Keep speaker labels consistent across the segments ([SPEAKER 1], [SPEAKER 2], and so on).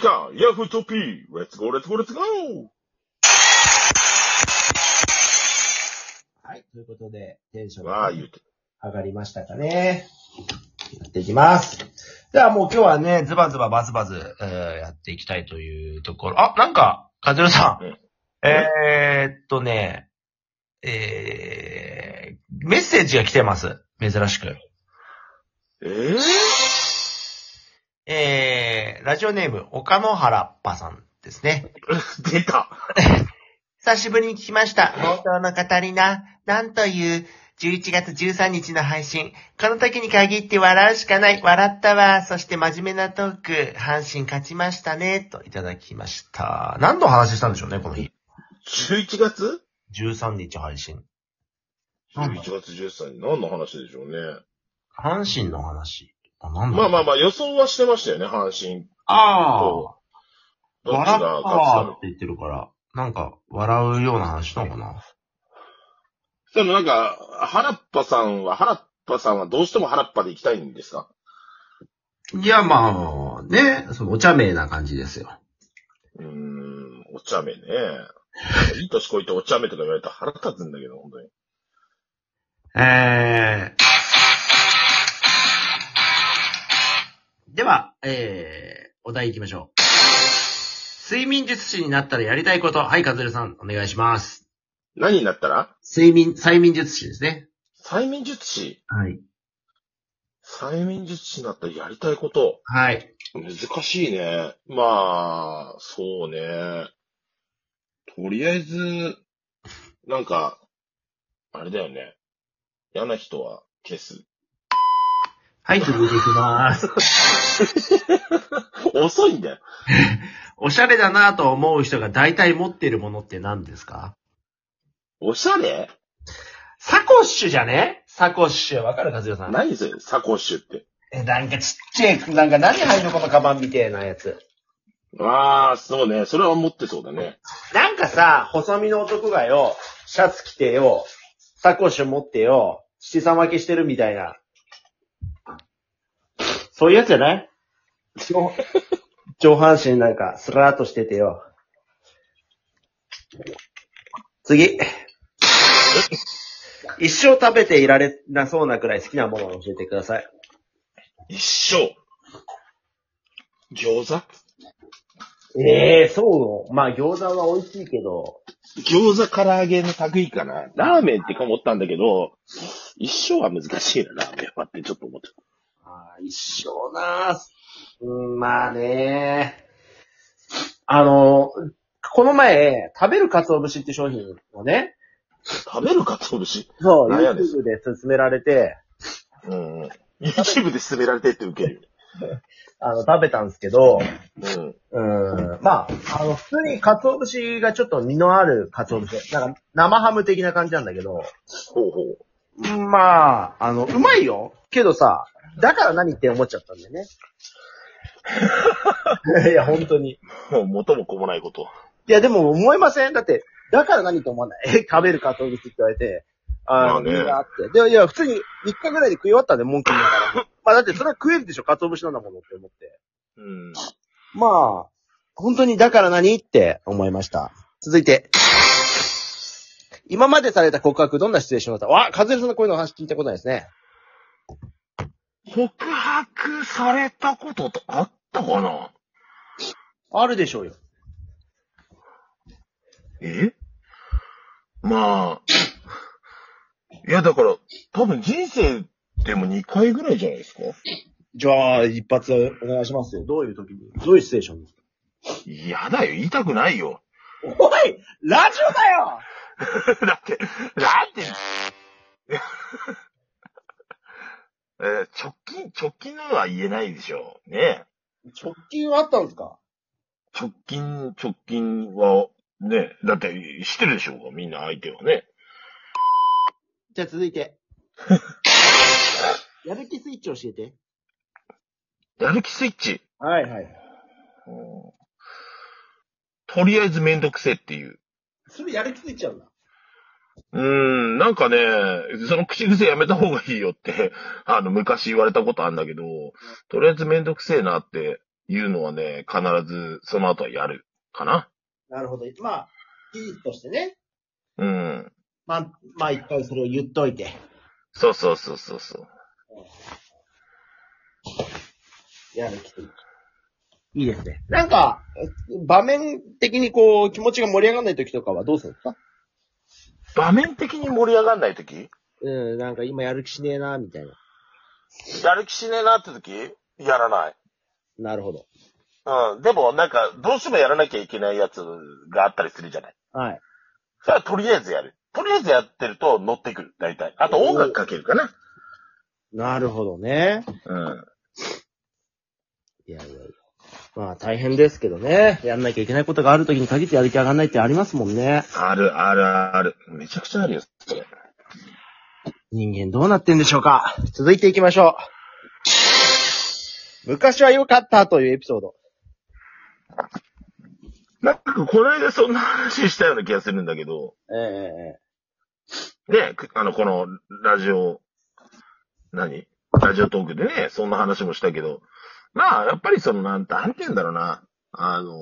[SPEAKER 1] か !Yahoo トピー !Let's go, let's go, let's go!
[SPEAKER 2] はい。ということで、テンション
[SPEAKER 1] わ
[SPEAKER 2] が
[SPEAKER 1] あ言うて。
[SPEAKER 2] 上がりましたかね。やっていきます。ではもう今日はね、ズバズババズバズ、えーやっていきたいというところ。あ、なんか、カズルさん
[SPEAKER 1] うん。
[SPEAKER 2] えー、っとね、えー、メッセージが来てます。珍しく。
[SPEAKER 1] えぇ、
[SPEAKER 2] えー、ラジオネーム、岡野原っぱさんですね。
[SPEAKER 1] 出た
[SPEAKER 2] 久しぶりに聞きました。冒頭の語りな、なんという、11月13日の配信。この時に限って笑うしかない。笑ったわ。そして真面目なトーク。阪神勝ちましたね。といただきました。何の話したんでしょうね、この日。
[SPEAKER 1] !11 月
[SPEAKER 2] 13日配信。なんだ
[SPEAKER 1] ?11 月13日。何の話でしょうね。
[SPEAKER 2] 阪神の話。あ、なんだ
[SPEAKER 1] まあまあま
[SPEAKER 2] あ。
[SPEAKER 1] あ予想はしてましたよね、阪神
[SPEAKER 2] ああ。
[SPEAKER 1] と。どっち
[SPEAKER 2] 笑
[SPEAKER 1] が
[SPEAKER 2] った
[SPEAKER 1] 勝つか
[SPEAKER 2] わって言ってるから、なんか、笑うような話なのかな。
[SPEAKER 1] でもなんか、原っぱさんは、原っぱさんはどうしても原っぱで行きたいんですか
[SPEAKER 2] いや、まあ、ね、そのお茶目な感じですよ。
[SPEAKER 1] うーん、お茶目ね。いい年こいてお茶目とか言われたら腹立つんだけど、本当に。
[SPEAKER 2] えー、では、えー、お題行きましょう。睡眠術師になったらやりたいこと。はい、カズルさん、お願いします。
[SPEAKER 1] 何になったら
[SPEAKER 2] 睡眠、催眠術師ですね。
[SPEAKER 1] 催眠術師
[SPEAKER 2] はい。
[SPEAKER 1] 催眠術師になったらやりたいこと。
[SPEAKER 2] はい。
[SPEAKER 1] 難しいね。まあ、そうね。とりあえず、なんか、あれだよね。嫌な人は消す。
[SPEAKER 2] はい、続いていきます。
[SPEAKER 1] 遅いんだよ。
[SPEAKER 2] おしゃれだなと思う人が大体持ってるものって何ですか
[SPEAKER 1] おしゃれ
[SPEAKER 2] サコッシュじゃねサコッシュ。わかるカズルさん。
[SPEAKER 1] 何それサコッシュって。
[SPEAKER 2] え、なんかちっちゃい、なんか何入るのこのカバンみたいなやつ。
[SPEAKER 1] ああ、そうね。それは持ってそうだね。
[SPEAKER 2] なんかさ、細身の男がよ、シャツ着てよ、サコッシュ持ってよ、七三分けしてるみたいな。そういうやつじゃない上 上半身なんか、スラーっとしててよ。次。一生食べていられなそうなくらい好きなものを教えてください。
[SPEAKER 1] 一生。餃子
[SPEAKER 2] ええそう。まあ、餃子は美味しいけど。
[SPEAKER 1] 餃子唐揚げの類かな。ラーメンってか思ったんだけど、一生は難しいな、ラーメンはってちょっと思っちゃっ
[SPEAKER 2] ああ、一生なーうん、まあねあの、この前、食べる鰹節って商品をね、
[SPEAKER 1] た。食べるかつお節。
[SPEAKER 2] そう、
[SPEAKER 1] 何やねん
[SPEAKER 2] YouTube で勧められて、
[SPEAKER 1] うん。YouTube で勧められてって受ける。
[SPEAKER 2] あの、食べたんですけど、
[SPEAKER 1] うん。
[SPEAKER 2] うん、まあ、あの、普通に鰹節がちょっと身のある鰹節。なんか、生ハム的な感じなんだけど、
[SPEAKER 1] ほうほう。
[SPEAKER 2] まあ、あの、うまいよ。けどさ、だから何って思っちゃったんだよね。 いや、本当に。
[SPEAKER 1] もう元も子もないこと。
[SPEAKER 2] いや、でも思いませんだって、だから何と思わない。 え、食べるか、動物って言われて。
[SPEAKER 1] ま
[SPEAKER 2] あ
[SPEAKER 1] あ
[SPEAKER 2] あ、
[SPEAKER 1] ね
[SPEAKER 2] いいなって。で、いや、普通に3日ぐらいで食い終わったん で、文句言いながら。まあ、だってそれは食えるでしょ、鰹節なんだものって思って。
[SPEAKER 1] うん。
[SPEAKER 2] まあ、本当にだから何って思いました。続いて。今までされた告白、どんなシチュエーションだったわ、カズレさんのこういうの話聞いたことないですね。
[SPEAKER 1] 告白されたことってあったかな
[SPEAKER 2] あるでしょうよ。
[SPEAKER 1] えまあ。いや、だから、多分人生でも2回ぐらいじゃないですか
[SPEAKER 2] じゃあ、一発お願いしますよ。どういう時にどういうシチュエーション
[SPEAKER 1] 嫌だよ、言いたくないよ。
[SPEAKER 2] おいラジオだよ
[SPEAKER 1] だって、だって、 えー直近、直近のは言えないでしょう。ね
[SPEAKER 2] 直近はあったんですか
[SPEAKER 1] 直近、直近は、ねだって、知ってるでしょうか、みんな相手はね。
[SPEAKER 2] じゃあ続い て。やる気スイッチ教えて。
[SPEAKER 1] やる気スイッチ。
[SPEAKER 2] はいはい。
[SPEAKER 1] うんとりあえずめんどくせっていう。
[SPEAKER 2] それやる気スイッチなんだ。
[SPEAKER 1] うーん、なんかね、その口癖やめた方 がいいよって、あの、昔言われたことあるんだけど、とりあえずめんどくせえなっていうのはね、必ずその後はやるかな。
[SPEAKER 2] なるほど。まあ、いいとしてね。
[SPEAKER 1] うん。
[SPEAKER 2] まあ、まあ一回それを言っといて。
[SPEAKER 1] そうそうそうそうそう。
[SPEAKER 2] やる気いいですね。なんか、え場面的にこう、気持ちが盛り上がらない時とかはどうするんですか
[SPEAKER 1] 場面的に盛り上がんないとき
[SPEAKER 2] うん、なんか今やる気しねえな、みたいな。
[SPEAKER 1] やる気しねえなってときやらない。
[SPEAKER 2] なるほど。
[SPEAKER 1] うん。でも、なんか、どうしてもやらなきゃいけないやつがあったりするじゃない。
[SPEAKER 2] はい。
[SPEAKER 1] それはとりあえずやる。とりあえずやってると乗ってくる、大体。あと音楽かけるかな。
[SPEAKER 2] なるほどね。
[SPEAKER 1] うん。
[SPEAKER 2] いやいやいや。まあ大変ですけどね。やんなきゃいけないことがある時に限ってやる気上がんないってありますもんね。
[SPEAKER 1] ある、ある、ある。めちゃくちゃあるよ、それ。
[SPEAKER 2] 人間どうなってんでしょうか続いていきましょう。昔は良かったというエピソード。
[SPEAKER 1] なんか、この間そんな話したような気がするんだけど、
[SPEAKER 2] え
[SPEAKER 1] ね、くあの、この、ラジオ、何ラジオトークでね、そんな話もしたけど、まあ、やっぱりその、なん、なんて言うんだろうな。あの、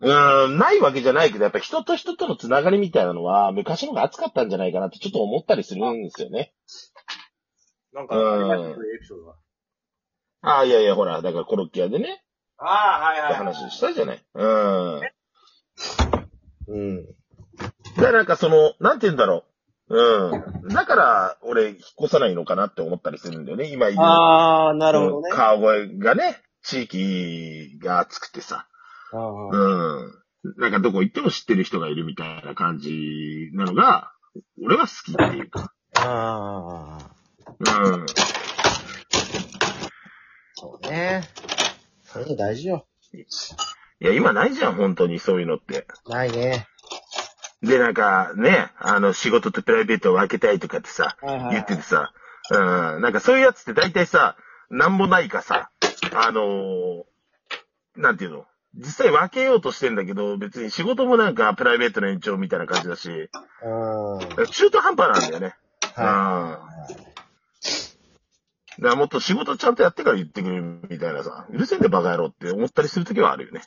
[SPEAKER 1] うーん、ないわけじゃないけど、やっぱ人と人とのつながりみたいなのは、昔の方が熱かったんじゃないかなってちょっと思ったりするんですよね。
[SPEAKER 2] えなん
[SPEAKER 1] かありますそう
[SPEAKER 2] いうエピソードは。
[SPEAKER 1] ああ、いやいや、ほら、だからコロッケ屋でね、
[SPEAKER 2] ああ、はい
[SPEAKER 1] って話したじゃない。うん。
[SPEAKER 2] うん。
[SPEAKER 1] だからなんかその、なんて言うんだろう。うん。だから、俺、引っ越さないのかなって思ったりするんだよね。今いる、
[SPEAKER 2] ああ、なるほどね。
[SPEAKER 1] 川越がね、地域が熱くてさ。う
[SPEAKER 2] ああ
[SPEAKER 1] ん。なんかどこ行っても知ってる人がいるみたいな感じなのが、俺は好きっていうか。
[SPEAKER 2] ああ、
[SPEAKER 1] うん。
[SPEAKER 2] そうね。それ大事よ。
[SPEAKER 1] いや、今ないじゃん、本当にそういうのって。
[SPEAKER 2] ないね。
[SPEAKER 1] で、なんかね、あの、仕事とプライベートを分けたいとかってさ、
[SPEAKER 2] はいはいはい
[SPEAKER 1] 言っててさ、うん、なんかそういうやつって大体さ、なんもないかさ、あのーなんていうの実際分けようとしてんだけど、別に仕事もなんかプライベートの延長みたいな感じだし、
[SPEAKER 2] うん。はい。
[SPEAKER 1] 中途半端なんだよね。
[SPEAKER 2] あ
[SPEAKER 1] うん。だからもっと仕事ちゃんとやってから言ってくれるみたいなさ、うるせえんだよバカ野郎って思ったりするときはあるよね。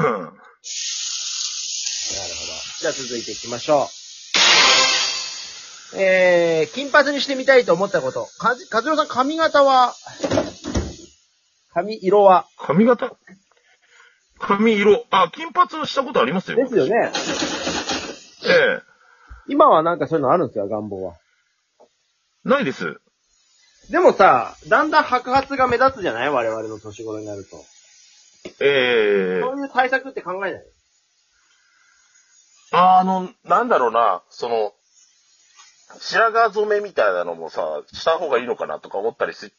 [SPEAKER 1] うん
[SPEAKER 2] なるほど。じゃあ続いていきましょう。えー、金髪にしてみたいと思ったこと。かず、かずろさん髪型は、髪色は
[SPEAKER 1] 髪型髪色。あ、金髪をしたことありますよ。
[SPEAKER 2] ですよね。
[SPEAKER 1] え
[SPEAKER 2] 今はなんかそういうのあるんですよ、願望は。
[SPEAKER 1] え。ないです。
[SPEAKER 2] でもさ、だんだん白髪が目立つじゃない我々の年頃になると。
[SPEAKER 1] ええ
[SPEAKER 2] そういう対策って考えない
[SPEAKER 1] あの、なんだろうな、その、白髪染めみたいなのもさ、した方がいいのかなとか思ったりし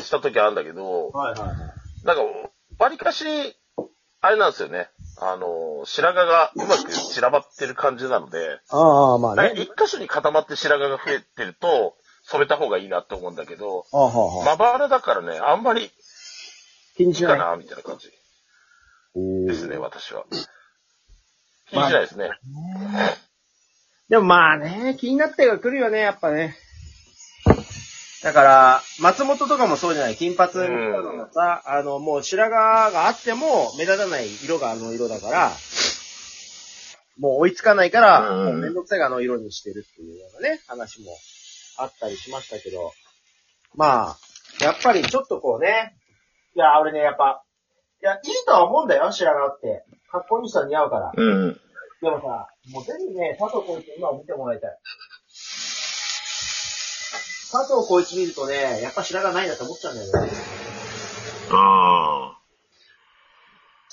[SPEAKER 1] した時あるんだけど、
[SPEAKER 2] はいはいはい。
[SPEAKER 1] なんか、わりかし、あれなんですよね。あの、白髪がうまく散らばってる感じなので、
[SPEAKER 2] ああ、まあ
[SPEAKER 1] なんか
[SPEAKER 2] ね。
[SPEAKER 1] 一箇所に固まって白髪が増えてると、染めた方がいいなって思うんだけど、
[SPEAKER 2] ああ、はあ、はあ。
[SPEAKER 1] まばらだからね、あんまり
[SPEAKER 2] 気にし
[SPEAKER 1] いいか
[SPEAKER 2] ない。
[SPEAKER 1] な、みたいな感じ
[SPEAKER 2] お
[SPEAKER 1] で
[SPEAKER 2] ー
[SPEAKER 1] すね、私は。気にしないですね。
[SPEAKER 2] でもまあね、気になってが来るよね、やっぱね。だから、松本とかもそうじゃない、金髪のさ、あの、もう白髪があっても目立たない色があの色だから、もう追いつかないから、
[SPEAKER 1] うんうん
[SPEAKER 2] もうめんどくさいがあの色にしてるっていうようなね、話もあったりしましたけど、まあ、やっぱりちょっとこうね、いや、俺ね、やっぱ、いや、いいとは思うんだよ、白髪って。かっこいい人は似合うから。
[SPEAKER 1] うん。
[SPEAKER 2] でもさ、もうぜひね、佐藤浩市今を見てもらいたい。佐藤浩市見るとね、やっぱ白髪ないなって思っちゃうんだよね。
[SPEAKER 1] あ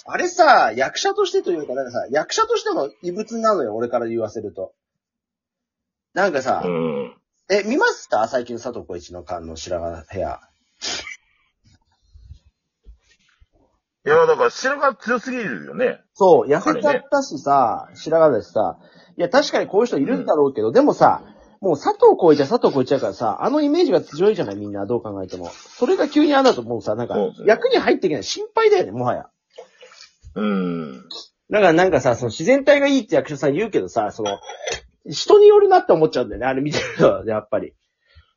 [SPEAKER 1] あ。
[SPEAKER 2] あれさ、役者としてというか、なんかさ、役者としての異物なのよ、俺から言わせると。なんかさ、
[SPEAKER 1] うん。
[SPEAKER 2] え、見ました最近佐藤浩市の間の白髪ヘア。
[SPEAKER 1] いや、だから白髪強すぎるよね。
[SPEAKER 2] そう、痩せちゃったしさ、白髪だしさ、いや、確かにこういう人いるんだろうけど、でもさ、もう佐藤浩市は佐藤浩市だからさ、あのイメージが強いじゃないみんな、どう考えても。それが急にあんだともうさ、なんか
[SPEAKER 1] そうです、ね
[SPEAKER 2] 役に入っていけない。心配だよね、もはや。
[SPEAKER 1] うん。
[SPEAKER 2] だからなんかさ、その自然体がいいって役者さん言うけどさ、その、人によるなって思っちゃうんだよね、あれ見てると、やっぱり。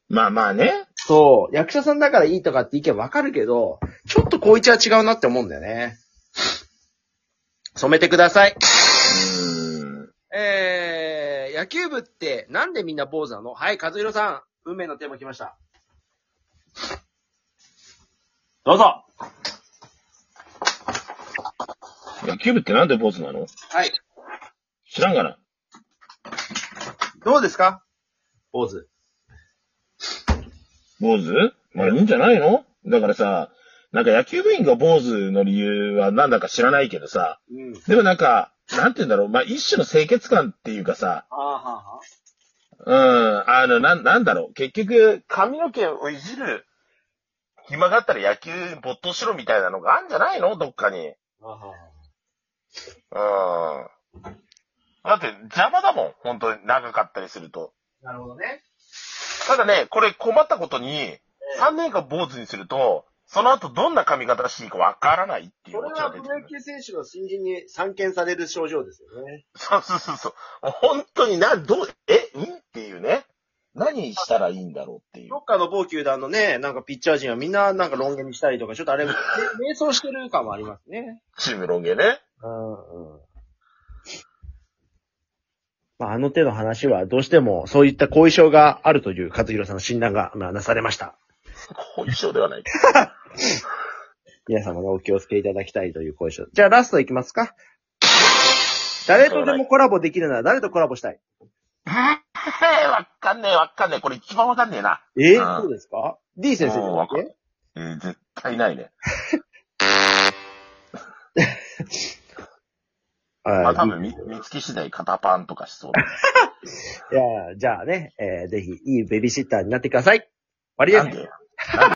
[SPEAKER 1] まあまあね。
[SPEAKER 2] そう、役者さんだからいいとかって意見わかるけど、ちょっと高一は違うなって思うんだよね。染めてください。
[SPEAKER 1] うん。
[SPEAKER 2] えー、野球部ってなんでみんな坊主なのはい、和弘さん。運命のテーマ来ました。どうぞは
[SPEAKER 1] 野球部ってなんで坊主なの
[SPEAKER 2] い。
[SPEAKER 1] 知らんがな。
[SPEAKER 2] どうですか坊主。
[SPEAKER 1] 坊主まあいいんじゃないのだからさ、なんか野球部員が坊主の理由はなんだか知らないけどさ、
[SPEAKER 2] うん。
[SPEAKER 1] でもなんか、なんて言うんだろう、まあ一種の清潔感っていうかさ、
[SPEAKER 2] あーはー
[SPEAKER 1] う
[SPEAKER 2] は
[SPEAKER 1] ん、あの、なん、なんだろう、結局、髪の毛をいじる暇があったら野球没頭しろみたいなのがあるんじゃないのどっかに。うん。
[SPEAKER 2] ーあーはーは
[SPEAKER 1] だって邪魔だもん、本当に長かったりすると。
[SPEAKER 2] ーなるほどね。
[SPEAKER 1] ただね、これ困ったことに、3年間坊主にすると、その後どんな髪型していいかわからないっていう
[SPEAKER 2] これ
[SPEAKER 1] オチが
[SPEAKER 2] は
[SPEAKER 1] 出
[SPEAKER 2] プ
[SPEAKER 1] て
[SPEAKER 2] ロ
[SPEAKER 1] くる。
[SPEAKER 2] 野球選手の新人に参見される症状ですよね。
[SPEAKER 1] そうそうそうそう。もう本当にな、どう、え、うんっていうね。何したらいいんだろうっていう
[SPEAKER 2] ど。っかの某球団のね、なんかピッチャー陣はみんななんかロン毛にしたりとか、ちょっとあれ、ね迷走してる感もありますね。
[SPEAKER 1] チームロン毛ね。
[SPEAKER 2] うんうん。まあ、あの手の話はどうしてもそういった後遺症があるという勝弘さんの診断が、まあ、なされました。
[SPEAKER 1] 後遺症ではない。
[SPEAKER 2] 皆様のお気をつけいただきたいという後遺症。じゃあラストいきますか。誰とでもコラボできるなら誰とコラボしたい
[SPEAKER 1] あーわかんねえわかんねえ。これ一番わかんねえな。
[SPEAKER 2] ええ
[SPEAKER 1] あ
[SPEAKER 2] そうですか ?D 先生
[SPEAKER 1] うん
[SPEAKER 2] だ
[SPEAKER 1] わ
[SPEAKER 2] っ
[SPEAKER 1] か
[SPEAKER 2] け
[SPEAKER 1] えー絶対ないね。ま
[SPEAKER 2] あ
[SPEAKER 1] あ多分、み、見つけ次第肩パンとかしそう。
[SPEAKER 2] いや、じゃあね、えーぜひ、いいベビーシッターになってください。終わりです
[SPEAKER 1] な。んで